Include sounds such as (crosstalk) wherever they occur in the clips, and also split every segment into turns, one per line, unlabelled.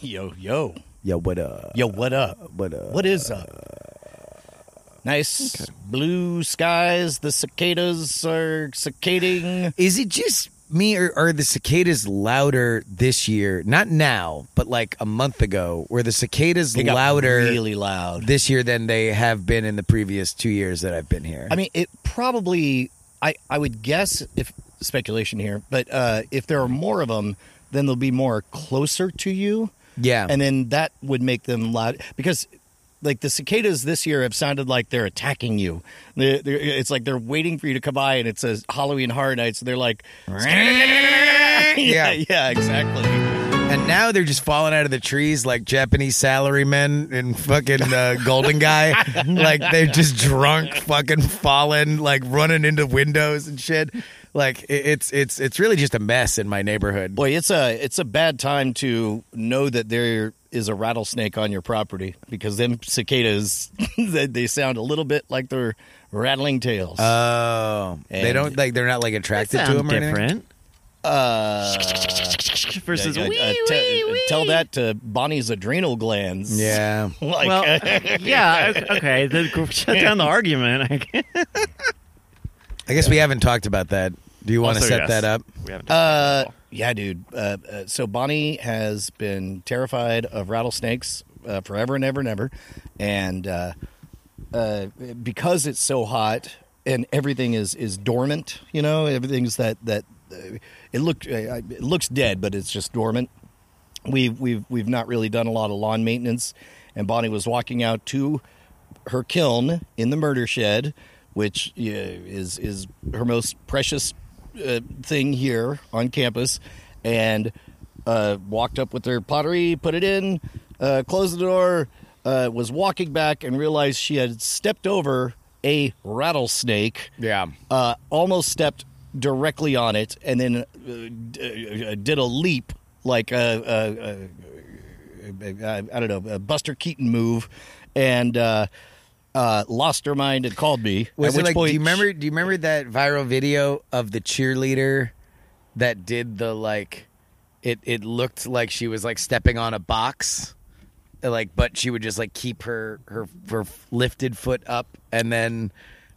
Yo, yo, uh,
Yo, what up?
yo, what up?
What up?
What is up? Nice blue skies. The cicadas are cicading.
Is it just me or are the cicadas louder this year? Not now, but like a month ago, were the cicadas
They got
louder
really loud.
this year than they have been in the previous two years that I've been here?
I mean, it probably. I I would guess if speculation here, but uh, if there are more of them, then they'll be more closer to you,
yeah.
and then that would make them loud because. Like the cicadas this year have sounded like they're attacking you. They're, they're, it's like they're waiting for you to come by, and it's a Halloween Horror Nights. they're like, yeah,
Yeah.
yeah, exactly.
and now they're just falling out of the trees like Japanese salarymen and fucking uh, Golden
(laughs)
Guy. like they're just drunk, fucking falling, like running into windows and shit. Like it- it's it's it's really just a mess in my neighborhood.
Boy, it's a it's a bad time to know that there is a rattlesnake on your property because them cicadas (laughs) they, they sound a little bit like they're rattling tails.
Oh, they
And-
don't like they're not like attracted to
sound
them or anything?
different.
Uh,
Versus
yeah, yeah,
wee,
uh,
wee,
te-
wee.
Tell that to Bonnie's adrenal glands.
Yeah.
like,
Well, (laughs) yeah. o- Okay. Then g- (laughs) shut down the argument. I guess.
I guess we haven't talked about that. Do you want to
Also,
set
yes.
that up?
We haven't
Uh, yeah, dude. Uh, uh, so Bonnie has been terrified of rattlesnakes uh, forever and ever and ever, and uh, uh, because it's so hot and everything is is dormant. You know, everything's that that uh, it look uh, it looks dead, but it's just dormant. We we've we've not really done a lot of lawn maintenance, and Bonnie was walking out to her kiln in the murder shed, which uh, is is her most precious uh, thing here on campus, and uh, walked up with her pottery, put it in, uh, closed the door, uh, was walking back, and realized she had stepped over a rattlesnake
Yeah.
uh, almost stepped directly on it and then uh, d- uh, did a leap like a, a, a, a, I don't know a Buster Keaton move and uh, uh, lost her mind and called me.
Was
At
it
which
like
point
do you remember do you remember that viral video of the cheerleader that did the like it it looked like she was like stepping on a box like but she would just like keep her her her lifted foot up and then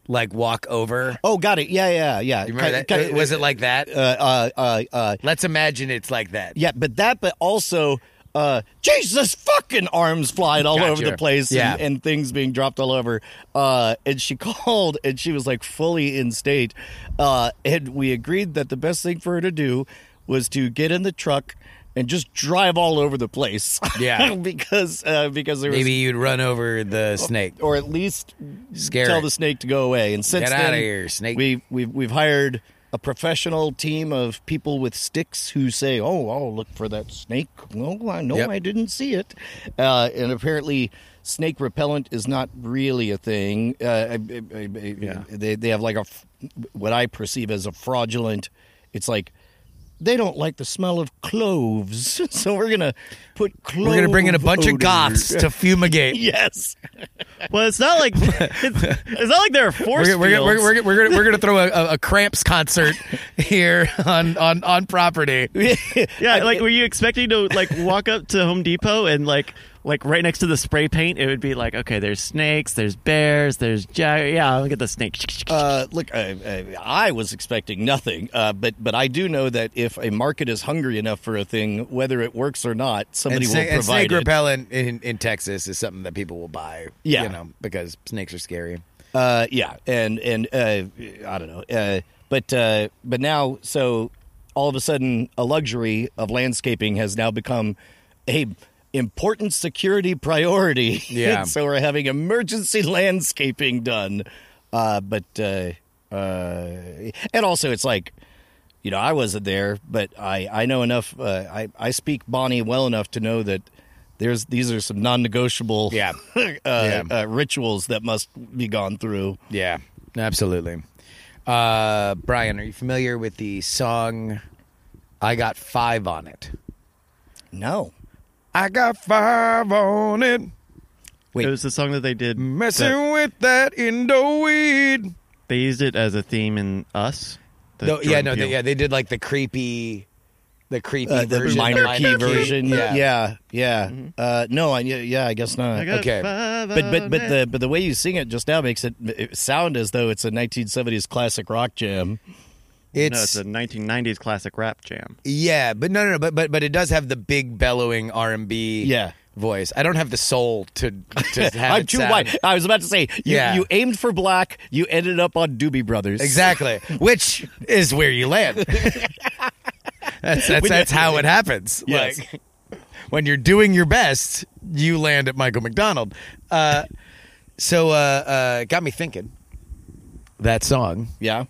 like walk over.
Oh, got it. Yeah, yeah, yeah.
You remember
Kind-
that?
kind-
Was it like that?
Uh, uh, uh, uh,
Let's imagine it's like that.
yeah, but that, but also. Uh, Jesus fucking arms flying all
Gotcha.
over the place
Yeah.
and, and things being dropped all over. Uh, and she (laughs) called and she was like fully in state. Uh, and we agreed that the best thing for her to do was to get in the truck and just drive all over the place.
Yeah.
(laughs) because, uh, because there was,
Maybe you'd run over the snake.
or at least
Scare
tell
it.
the snake to go away. And since
Get
then,
outta here, snake.
We we've we've hired a professional team of people with sticks who say, "Oh, I'll look for that snake." Well, I know
Yep.
I didn't see it, uh, and apparently, snake repellent is not really a thing. Uh, I- I- I- I- They they have like a f- what I perceive as a fraudulent. It's like. They don't like the smell of cloves, (laughs) so we're gonna put cloves.
We're gonna bring in a bunch of goths (laughs) to fumigate.
(laughs) Yes,
well, it's not like it's, it's not like there are force
We're, we're, we're,
fields.
we're, we're, gonna, we're gonna throw a, a, a Cramps (laughs) concert here on, on, on property.
yeah, like were you expecting to like walk up to Home Depot and like like right next to the spray paint? It would be like, okay, there's snakes, there's bears, there's jag. Yeah, I'll get the snake.
Oh,
Uh, look, I, I, I was expecting nothing, uh, but but I do know that if a market is hungry enough for a thing, whether it works or not, somebody
and,
will
sna- and
provide
snake
it.
repellent in, in Texas is something that people will buy.
Yeah.
you know because snakes are scary.
Uh, yeah, and and uh, I don't know, uh, but uh, but now so all of a sudden a luxury of landscaping has now become a important security priority. (laughs)
Yeah.
And so we're having emergency landscaping done, uh, but uh, uh, and also it's like. You know, I wasn't there, but I, I know enough. Uh, I, I speak Bonnie well enough to know that there's these are some non-negotiable
Yeah.
(laughs) uh,
Yeah.
uh, rituals that must be gone through.
Yeah, absolutely. Uh, Brian, are you familiar with the song "I Got Five on It"?
No.
I got five on it,
Wait.
It was the song that they did.
messing
that-
with that Indo weed.
they used it as a theme in Us. the
No, yeah,
Jordan
no, they,
Peele.
yeah, they did like the creepy, the creepy
Uh, the
version,
minor key version. Yeah,
Yeah. Mm-hmm.
yeah. Uh, no, I, yeah, yeah, I guess not. Uh,
I got
Okay.
five
but but
on
but
it.
the but the way you sing it just now makes it, it sound as though it's a 1970s classic rock jam.
no, it's
It's
a 1990s classic rap jam.
yeah, but no, no, no, but but but it does have the big bellowing R and B
Yeah.
voice. I don't have the soul to
(laughs)
to have
I'm
it
too
sound-
white. I was about to say you,
Yeah.
you aimed for black, you ended up on Doobie Brothers.
Exactly, which is where you
(laughs)
land. that's that's, that's how it happens.
Yes.
Like when you're doing your best, you land at Michael McDonald. Uh, so uh, uh, got me thinking. That song
Yeah.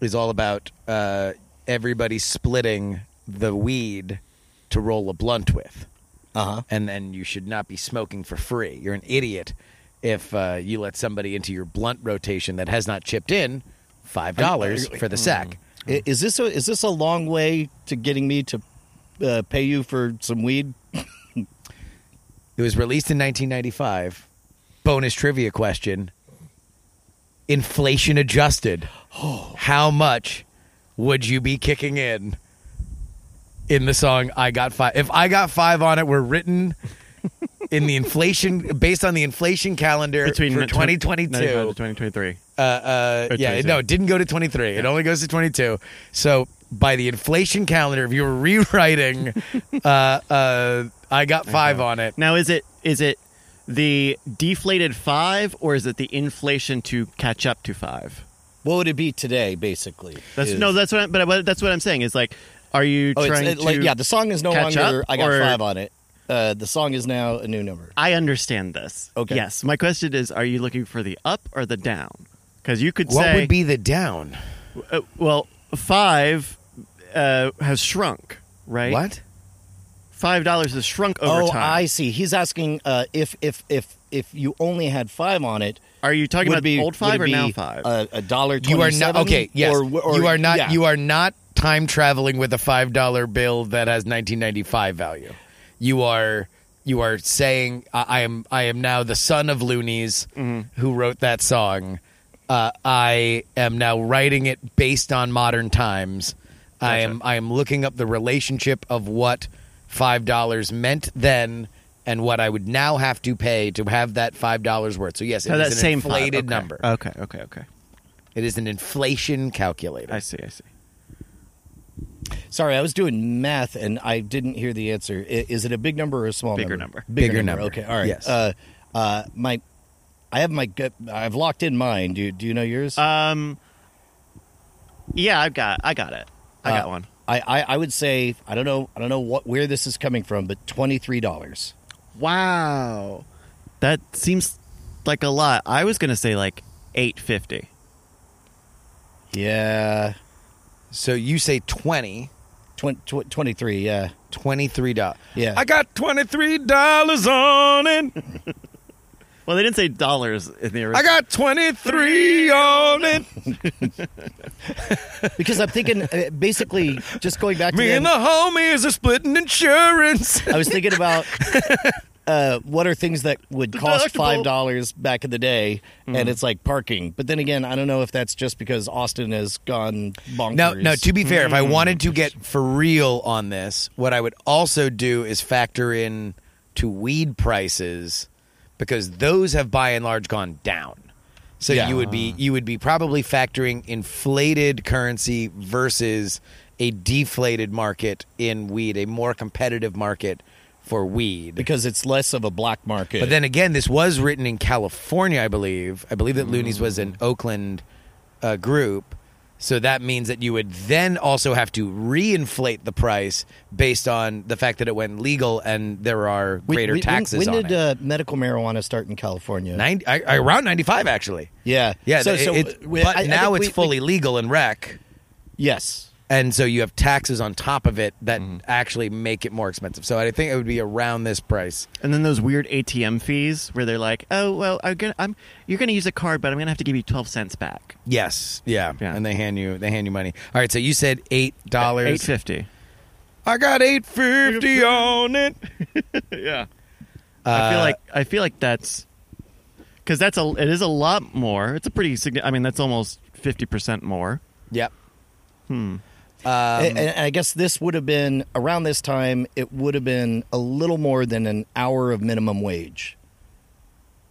is all about uh, everybody splitting the weed to roll a blunt with,
Uh huh.
and then you should not be smoking for free. You're an idiot if uh, you let somebody into your blunt rotation that has not chipped in five dollars for the sack.
Is this a is this a long way to getting me to uh, pay you for some weed?
It was released in 1995. Bonus trivia question. Inflation
(gasps)
adjusted. How much would you be kicking in in the song I Got 5? If I Got 5 on it were
(laughs)
written in the inflation based on the inflation calendar
Between
for
n- tw-
2022
95 to 2023.
uh, uh,
Or
yeah,
22.
no, it didn't go to 23. It only goes to 22. So by the inflation calendar, if you were
(laughs)
rewriting, uh, uh, I got five on it.
Now, is it is it the deflated five or is it the inflation to catch up to five?
What would it be today, basically?
That's
Is-
no, that's what. I'm, but I- that's what I'm saying is like, are you
Oh, it's,
trying
it,
to?
like, yeah, the song is no
catch
longer
up,
I got
or-
five on it. Uh, the song is now a new number.
I understand this.
Okay.
Yes. My question is, are you looking for the up or the down? Because you could
What
say,
would be the down?
uh, well, five uh, has shrunk, right?
What?
Five dollars has shrunk over
oh,
time.
I see. He's asking uh, if if if if you only had five on it.
Are you talking
would
about
it be
old
would
five
it
or
be
now five?
A, a dollar.
You are not
27?
okay. Yes,
Or, or,
you are not.
yeah.
You are not time traveling with a five dollar bill that has 1995 value. You are. You are saying I, I am. I am now the son of Loonies,
Mm-hmm.
who wrote that song. Uh, I am now writing it based on modern times. I
Gotcha.
am. I am looking up the relationship of what five dollars meant then. And what I would now have to pay to have that five dollars worth. So yes, it
Oh,
is
that
an
same five.
inflated
Okay.
number.
Okay. Okay. Okay.
It is an inflation calculator.
I see. I see.
Sorry, I was doing math and I didn't hear the answer. I- Is it a big number or a small
Bigger
number?
number.
Bigger number.
Okay, all right.
Yes.
Uh, uh, my, I have my gut. I've locked in mine. Do you, do you know yours?
Uh,
Um. Yeah, I've got. I got it. I
Uh,
got one.
I, I I would say I don't know. I don't know what where this is coming from, but twenty three dollars.
Wow, that seems like a lot. I was gonna say like eight fifty.
Yeah,
So you say 20,
tw- tw- twenty three. Yeah,
23 dollars.
Yeah.
I got $23 on it.
Well, they didn't say dollars in the original.
I got 23 on it.
because I'm thinking uh, basically just going back to
Me
them-
and the homies are splitting insurance.
I was thinking
(laughs)
about uh, what are things that would cost
Deductible.
five dollars back in the day,
Mm-hmm.
and it's like parking. But then again, I don't know if that's just because Austin has gone bonkers.
No, no, to be fair, if I wanted to get for real on this, what I would also do is factor in to weed prices because those have by and large gone down. So
Yeah.
you would be you would be probably factoring inflated currency versus a deflated market in weed, a more competitive market for weed.
because it's less of a black market.
But then again, this was written in California, I believe. I believe that Looney's was an
Mm.
Oakland uh, group. So that means that you would then also have to reinflate the price based on the fact that it went legal and there are
When-
greater
when-
taxes
When,
on
did
it.
Uh, medical marijuana start in California?
Nine- I, I- around 95, actually.
Yeah,
Yeah,
So,
it-
so
it-
we-
but
I- I
now
think
it's
we-
fully legal in rec.
we- yes.
And so you have taxes on top of it that
Mm-hmm.
actually make it more expensive. So I think it would be around this price.
and then those weird ATM fees where they're like, oh well, I'm gonna, I'm you're gonna use a card, but I'm gonna have to give you twelve cents back.
Yes. Yeah.
Yeah.
And they hand you they hand you money. All right, so you said eight dollars.
Eight fifty.
I got eight fifty on it.
yeah. I feel like I feel like that's because that's a it is a lot more. It's a pretty significant. I mean, that's almost fifty percent more.
Yep.
and, and I guess this would have been around this time. It would have been a little more than an hour of minimum wage,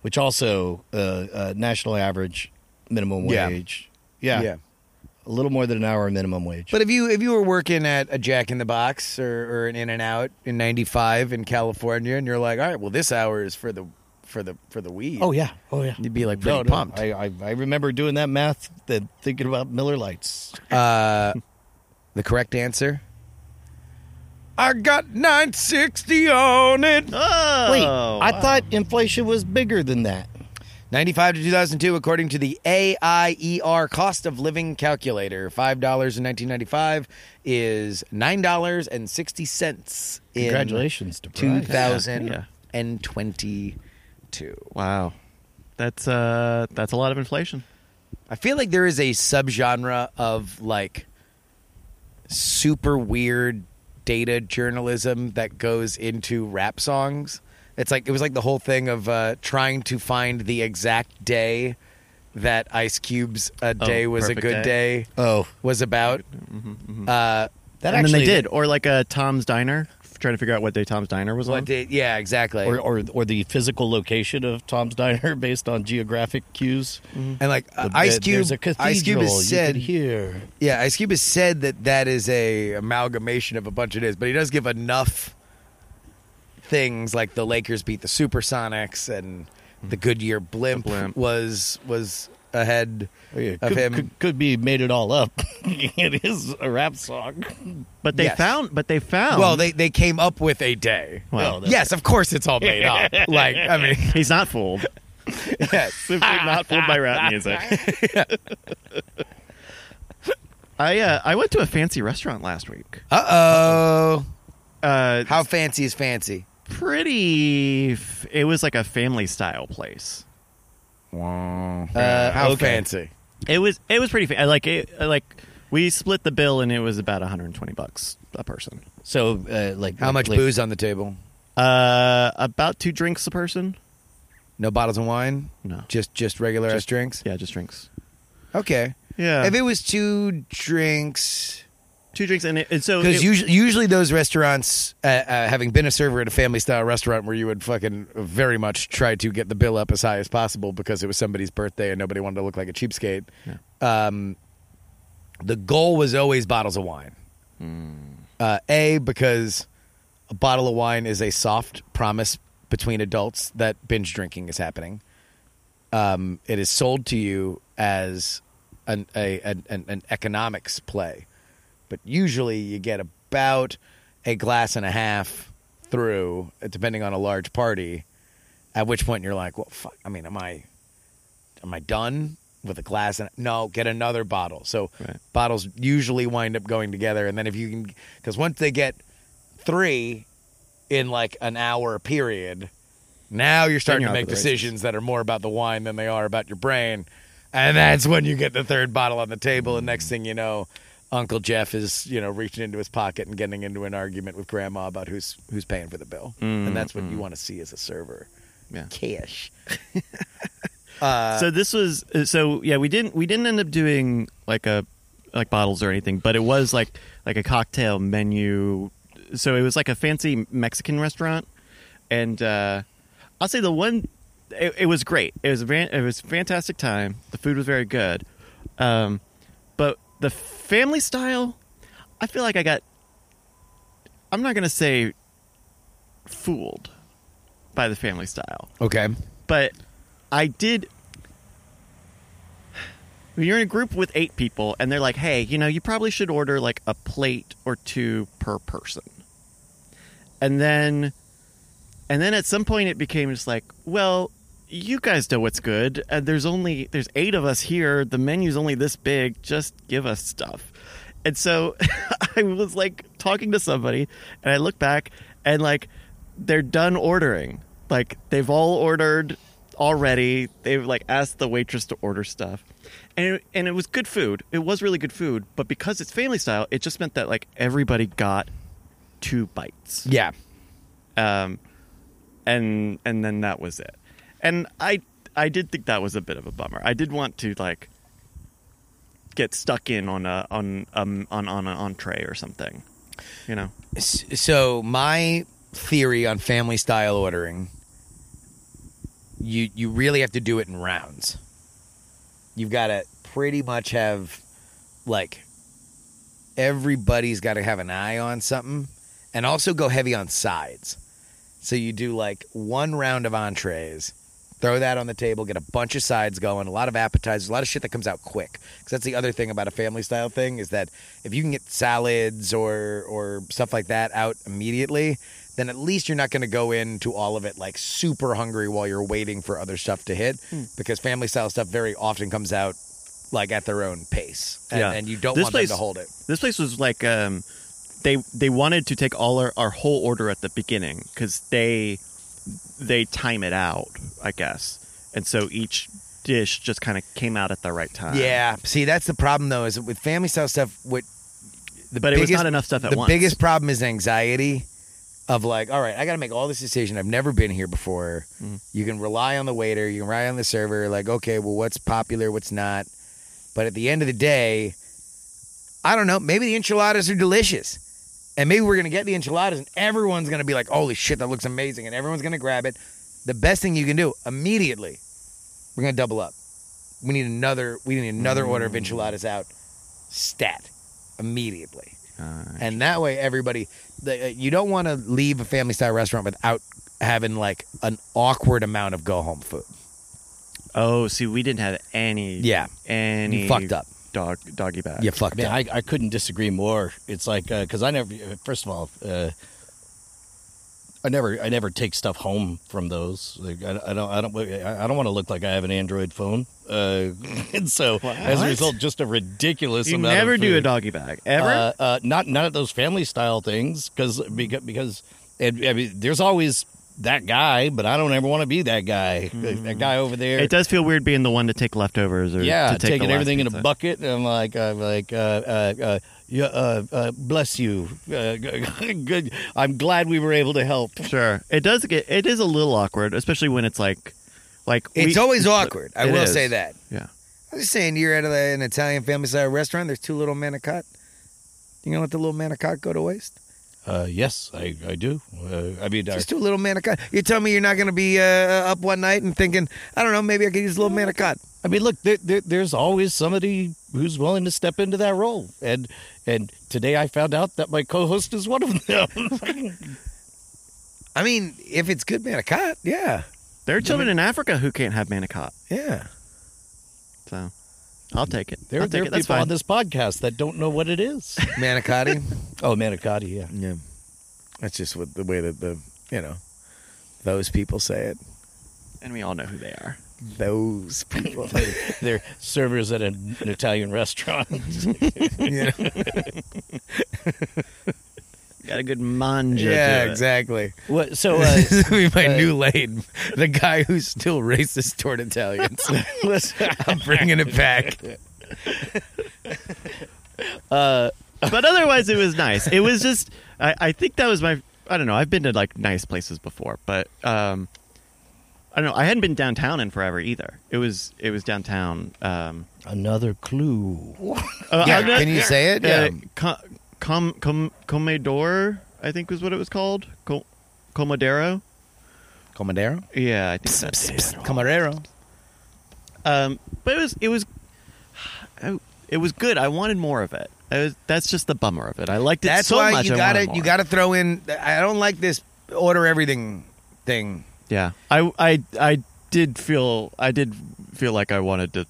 which also uh, uh, national average minimum
Yeah.
wage. Yeah. a little more than an hour of minimum wage.
But if you if you were working at a Jack in the Box or, or an In and Out in '95 in California, and you're like, all right, well, this hour is for the for the for the weed.
oh yeah, oh yeah.
you'd be like pretty
No, no,
pumped.
I, I I remember doing that math, then thinking about Miller Lights.
uh, the correct answer. I got 960 on it.
Oh,
Wait, I thought inflation was bigger than that.
95 to 2002, according to the AIER cost of living calculator, $5 in 1995 is $9.60 in
Congratulations to Bryce.
2022.
Wow, that's uh, that's a lot of inflation.
I feel like there is a subgenre of like super weird data journalism that goes into rap songs. It's like it was like the whole thing of uh, trying to find the exact day that Ice Cube's "A
Oh,
Day Was a
Perfect
Good Day,
Day.
Oh,
was about.
Mm-hmm,
Uh,
that
and
actually
then they did, or like a Tom's Diner, trying to figure out what day Tom's Diner was
what
on.
day- yeah, exactly.
or, or or the physical location of Tom's (laughs) Diner based on geographic cues.
and like uh,
The-
Ice
the-
Cube,
there's a cathedral
Ice Cube
you
has said,
can hear.
yeah, Ice Cube has said that that is a amalgamation of a bunch of days, but he does give enough things like the Lakers beat the Supersonics and the Goodyear blimp,
blimp.
was was ahead
Oh, yeah.
of
could,
him.
could, could be made it all up. (laughs) it is a rap song.
But they
Yes.
found, but they found.
well, they they came up with a day.
Well,
No, that's-
Yes, of course it's all made
(laughs)
up. Like I mean,
he's not
(laughs)
fooled.
yes.
Simply not fooled by
(laughs)
rap music. I uh, I went to a fancy restaurant last week.
Uh oh,
Uh,
how fancy is fancy?
pretty. F- it was like a family style place.
Uh, how
okay.
fancy?
It was it was pretty fa- like it like we split the bill and it was about 120 bucks a person.
So, uh, like,
How much
like,
booze on the table?
Uh, about two drinks a person.
No bottles of wine.
No,
Just just regular ass
Just-
drinks.
yeah, just drinks.
Okay.
Yeah,
If it was two drinks,
two drinks and, it, and so
because
Oh, it-
usually, usually those restaurants, uh, uh, having been a server at a family style restaurant where you would fucking very much try to get the bill up as high as possible because it was somebody's birthday and nobody wanted to look like a cheapskate. Um, the goal was always bottles of wine.
Hmm.
Uh, a because a bottle of wine is a soft promise between adults that binge drinking is happening. Um, it is sold to you as an, a, an, an an economics play, but usually you get about a glass and a half through, depending on a large party. At which point you're like, well, fuck. I mean, am I am I done with a glass? And no, get another bottle. So
Right.
bottles usually wind up going together, and then if you can, because once they get three in like an hour period, now you're starting
you're
to
out
make
to the races.
decisions that are more about the wine than they are about your brain, and that's when you get the third bottle on the table, and next thing you know. Uncle Jeff is, you know, reaching into his pocket and getting into an argument with Grandma about who's who's paying for the bill, and that's what you want to see as a server.
Mm-hmm. Yeah. (laughs)
Cash.
so this was uh, so yeah we didn't we didn't end up doing like a like bottles or anything but it was like like a cocktail menu so it was like a fancy mexican restaurant and uh i'll say the one it, it was great it was a van, it was a fantastic time the food was very good um but the family style i feel like i got i'm not gonna say fooled by the family style
Okay.
but I did. When you're in a group with eight people, and they're like, "Hey, you know, you probably should order like a plate or two per person," and then, and then at some point it became just like, "Well, you guys know what's good, and there's only there's eight of us here. The menu's only this big. Just give us stuff." And so (laughs) I was like talking to somebody, and I look back, and like they're done ordering. Like they've all ordered already. They've like asked the waitress to order stuff, and it, and it was good food. It was really good food, but because it's family style, it just meant that like everybody got two bites
Yeah.
um, and and then that was it. And I I did think that was a bit of a bummer. I did want to like get stuck in on a on um, on on an entree or something. You know,
S- So my theory on family style ordering, you you really have to do it in rounds. You've got to pretty much have like everybody's got to have an eye on something and also go heavy on sides. So you do like one round of entrees, throw that on the table, get a bunch of sides going, a lot of appetizers, a lot of shit that comes out quick. Because that's the other thing about a family style thing is that if you can get salads or or stuff like that out immediately, then at least you're not going to go into all of it like super hungry while you're waiting for other stuff to hit.
Hmm.
Because family style stuff very often comes out like at their own pace, and,
Yeah.
and you don't
This
want
place-
them to hold it.
this place was like um, they they wanted to take all our, our whole order at the beginning because they they time it out, I guess, and so each dish just kind of came out at the right time.
Yeah. See, that's the problem though, is with family style stuff. What the
but it
biggest,
was not enough stuff at
the
once.
biggest problem is anxiety of like, all right, I got to make all this decision. I've never been here before. You can rely on the waiter. You can rely on the server. Like, okay, well, what's popular? What's not? But at the end of the day, I don't know. Maybe the enchiladas are delicious. And maybe we're going to get the enchiladas and everyone's going to be like, holy shit, that looks amazing. And everyone's going to grab it. The best thing you can do immediately, we're going to double up. We need another, we need another order of enchiladas out stat immediately
Uh,
and that way everybody the, uh, you don't want to leave a family style restaurant without having like an awkward amount of go home food
oh, see, we didn't have any.
Yeah.
any
You fucked up.
Dog doggy bag.
you fucked
Man,
up
I, I couldn't disagree more. It's like because I never. First of all, uh, I never I never take stuff home from those. Like I, I don't I don't I don't want to look like I have an Android phone. Uh, (laughs) and so as a
What?
result, just a ridiculous.
You
amount of
never do a
food.
doggy bag ever.
Uh, uh, not not at those family style things because because and, I mean, there's always that guy, but I don't ever want to be that guy. That guy over there.
it does feel weird being the one to take leftovers or
Yeah,
to take
taking
the last
everything in a
pizza.
bucket. And I'm like, I'm like, uh, uh, uh, yeah, uh, uh, bless you. Uh, (laughs) good. I'm glad we were able to help.
Sure, it does get it is a little awkward, especially when it's like like
it's
we-
always awkward i
It
will
is.
say that
Yeah,
i'm just saying you're at a, an italian family style restaurant there's two little manicotti you gonna let the little manicotti go to waste
Uh, yes, I, I do. Uh, I mean, uh,
just two little manicotti you tell me you're not gonna be uh, up one night and thinking i don't know maybe i could use a little manicotti
I mean, look, there, there, there's always somebody who's willing to step into that role, and and today I found out that my co-host is one of them.
(laughs)
i mean if it's good manicotti yeah
there are children in Africa who can't have manicot,
yeah
so I'll take it.
there, there
I'll take
are
it. That's
people
fine.
on this podcast that don't know what it
(laughs)
is.
(laughs)
manicotti
oh, manicotti, yeah.
Yeah. That's just what the way that the you know those people say it.
and we all know who they are.
Those
(laughs)
people.
They're servers at an Italian restaurant.
(laughs) yeah,
Got a good manja.
yeah
to it.
exactly.
What? So,
(laughs)
uh,
This is gonna be my new lane. The guy who's still racist toward Italians. (laughs)
listen,
I'm bringing it back.
but otherwise it was nice it was just I, I think that was my i don't know i've been to like nice places before but um i don't know i hadn't been downtown in forever either it was it was downtown um
another clue.
uh,
Yeah,
I'm not-
can you say it?
uh,
Yeah.
com, com, com, comedor i think was what it was called Co- comodero
Comodero.
yeah i think that's it.
Comodero.
um but it was it was I- it was good i wanted more of it I was, that's just the bummer of it i liked it
That's
so
why
much
you
I
gotta
wanted more.
you gotta throw in. I don't like this order everything thing.
Yeah, I I I did feel I did feel like I wanted to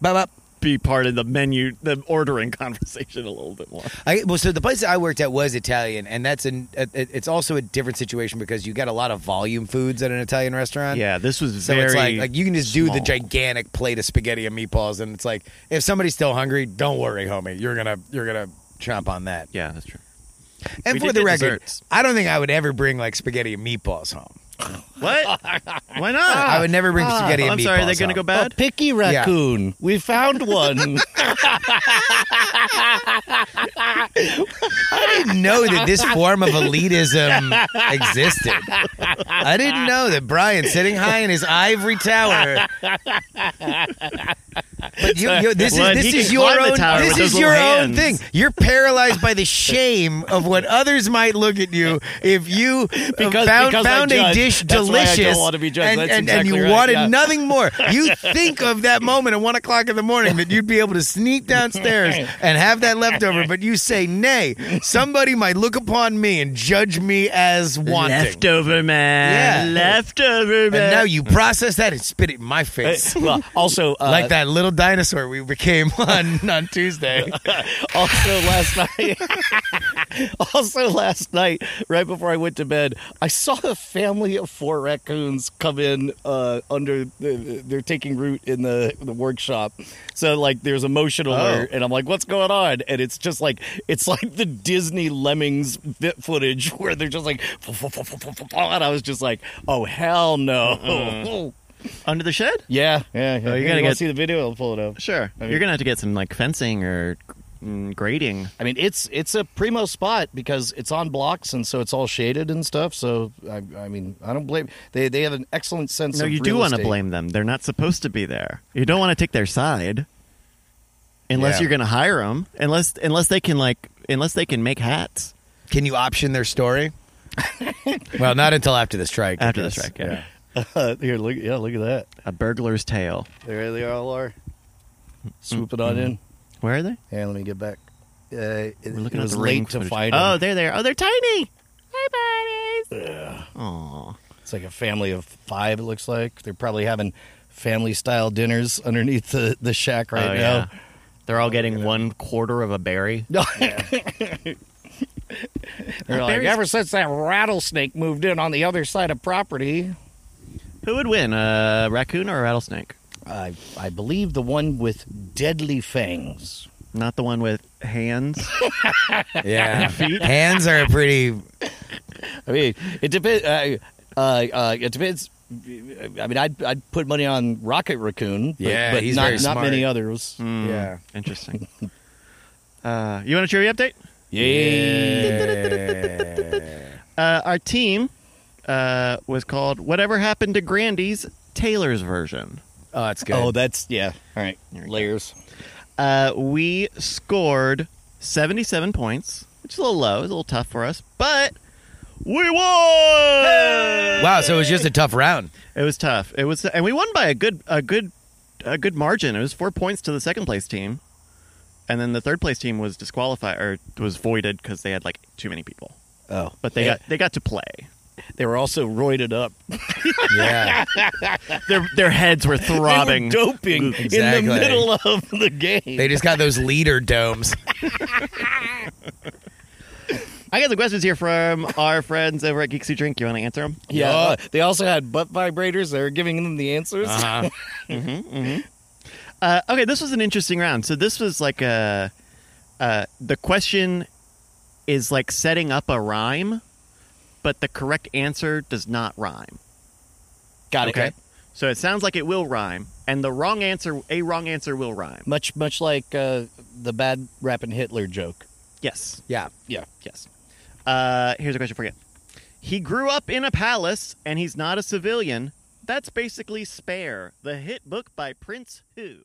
Bop, bop.
be part of the menu, the ordering (laughs) conversation a little bit more.
I, well, so the place that I worked at was Italian, and that's an it- it's also a different situation because you got a lot of volume foods at an Italian restaurant.
Yeah, this was
So
very
it's like like you can just do the
small.
gigantic plate of spaghetti and meatballs, and it's like if somebody's still hungry, don't worry, homie, you're gonna you're gonna chomp on that.
yeah, that's true.
And
We
for
did
the
get
record,
desserts.
I don't think I would ever bring like spaghetti and meatballs home. (laughs)
What? Why not?
I would never bring spaghetti and
Ah, I'm sorry, are they
meatballs
going to go
home.
A
bad?
picky raccoon. We
(laughs)
found one.
I didn't know that this form of elitism existed. I didn't know that Brian sitting high in his ivory tower But you, you- this
Well,
is
he
this is
can
your
climb the
own.
tower
This
with
is
those
your
little
own
hands.
thing. You're paralyzed by the shame of what others might look at you if you uh,
Because-
found,
because I
found a
judge.
dish
That's why I don't
delicious
want to be judged.
and,
That's
and, and
exactly
you
right,
wanted
yeah.
nothing more. (laughs) You think of that moment at one o'clock in the morning that you'd be able to sneak downstairs and have that leftover, but you say nay. (laughs) Somebody might look upon me and judge me as wanting.
Leftover man.
Yeah.
Leftover man.
And now you process that and spit it in my face.
well, also uh,
like that little dinosaur we became (laughs) on on Tuesday.
also last night (laughs) also last night right before i went to bed i saw a family of four raccoons come in uh, under the, they're taking root in the, the workshop so like there's a
Oh.
motion alert and i'm like what's going on and it's just like it's like the disney lemmings bit footage where they're just like and i was just like oh hell no
under the shed?
(laughs) yeah yeah, yeah.
Oh, you
you
gotta
gotta
get-
see the video i'll pull it up
Sure.
I mean-
You're gonna have to get some like fencing or mm, grading.
I mean, it's it's a primo spot because it's on blocks and so it's all shaded and stuff. So I, I mean, I don't blame they. They have an excellent sense.
No,
of
you do
real
want to
estate.
blame them. They're not supposed to be there. You don't want to take their side, unless
Yeah.
you're going to hire them. Unless unless they can like unless they can make hats
(laughs) Can you option their story? (laughs) well, not until after the strike. I
after the
guess.
strike. Yeah.
(laughs) Here, look, yeah, look at that.
a burglar's tale.
There they all are. Swooping on in.
Where are they?
Hey, let me get back. Uh, it,
Mm-hmm. We're looking
it
at
was
the
late
ring
to
footage.
find.
Oh,
'em.
there they are. Oh, they're tiny. Hi, buddies. Aw.
it's like a family of five. It looks like they're probably having family style dinners underneath the the shack right
oh,
now.
yeah. They're all getting one quarter of a (laughs) berry.
No. They're like,
Berries-
ever since that rattlesnake moved in on the other side of property,
Who would win, a raccoon or a rattlesnake?
I I believe the one with deadly fangs.
Not the one with hands. (laughs)
(laughs) Yeah. Hands are pretty.
I mean, it depends. Uh, uh, uh, it depends. I mean, I'd I'd put money on Rocket Raccoon. But,
Yeah,
but
he's
not
very
not
smart. Mm.
many others.
Hmm,
Yeah.
Interesting. Uh, you want a trivia update? Uh, our team uh, was called Whatever Happened to Grandy's Taylor's Version.
Oh, that's good.
Oh, that's yeah. All right,
There we go.
layers.
Uh, we scored 77 points, which is a little low, it's a little tough for us, but we won!
wow. So it was just a tough round.
It was tough. It was, and we won by a good, a good, a good margin. It was four points to the second place team, and then the third place team was disqualified or was voided because they had like too many people.
Oh,
But they
Yeah.
got they got to play.
they were also roided up,
Yeah.
(laughs) Their their heads were throbbing.
They were doping in
Exactly.
the middle of the game.
they just got those leader domes.
(laughs) I got some questions here from our friends over at Geeks Who Drink. You want to answer them?
yeah, uh, they also had butt vibrators. They were giving them the answers.
Uh-huh.
Uh, okay, this was an interesting round. So this was like a uh, the question is like setting up a rhyme, but the correct answer does not rhyme.
Got it.
Okay. So it sounds like it will rhyme, and the wrong answer, a wrong answer will rhyme.
Much much like uh, the bad rapping Hitler joke.
Yes,
Yeah.
Yeah.
yes. Uh, here's a question for you. He grew up in a palace, and he's not a civilian. That's basically Spare, the hit book by Prince Who.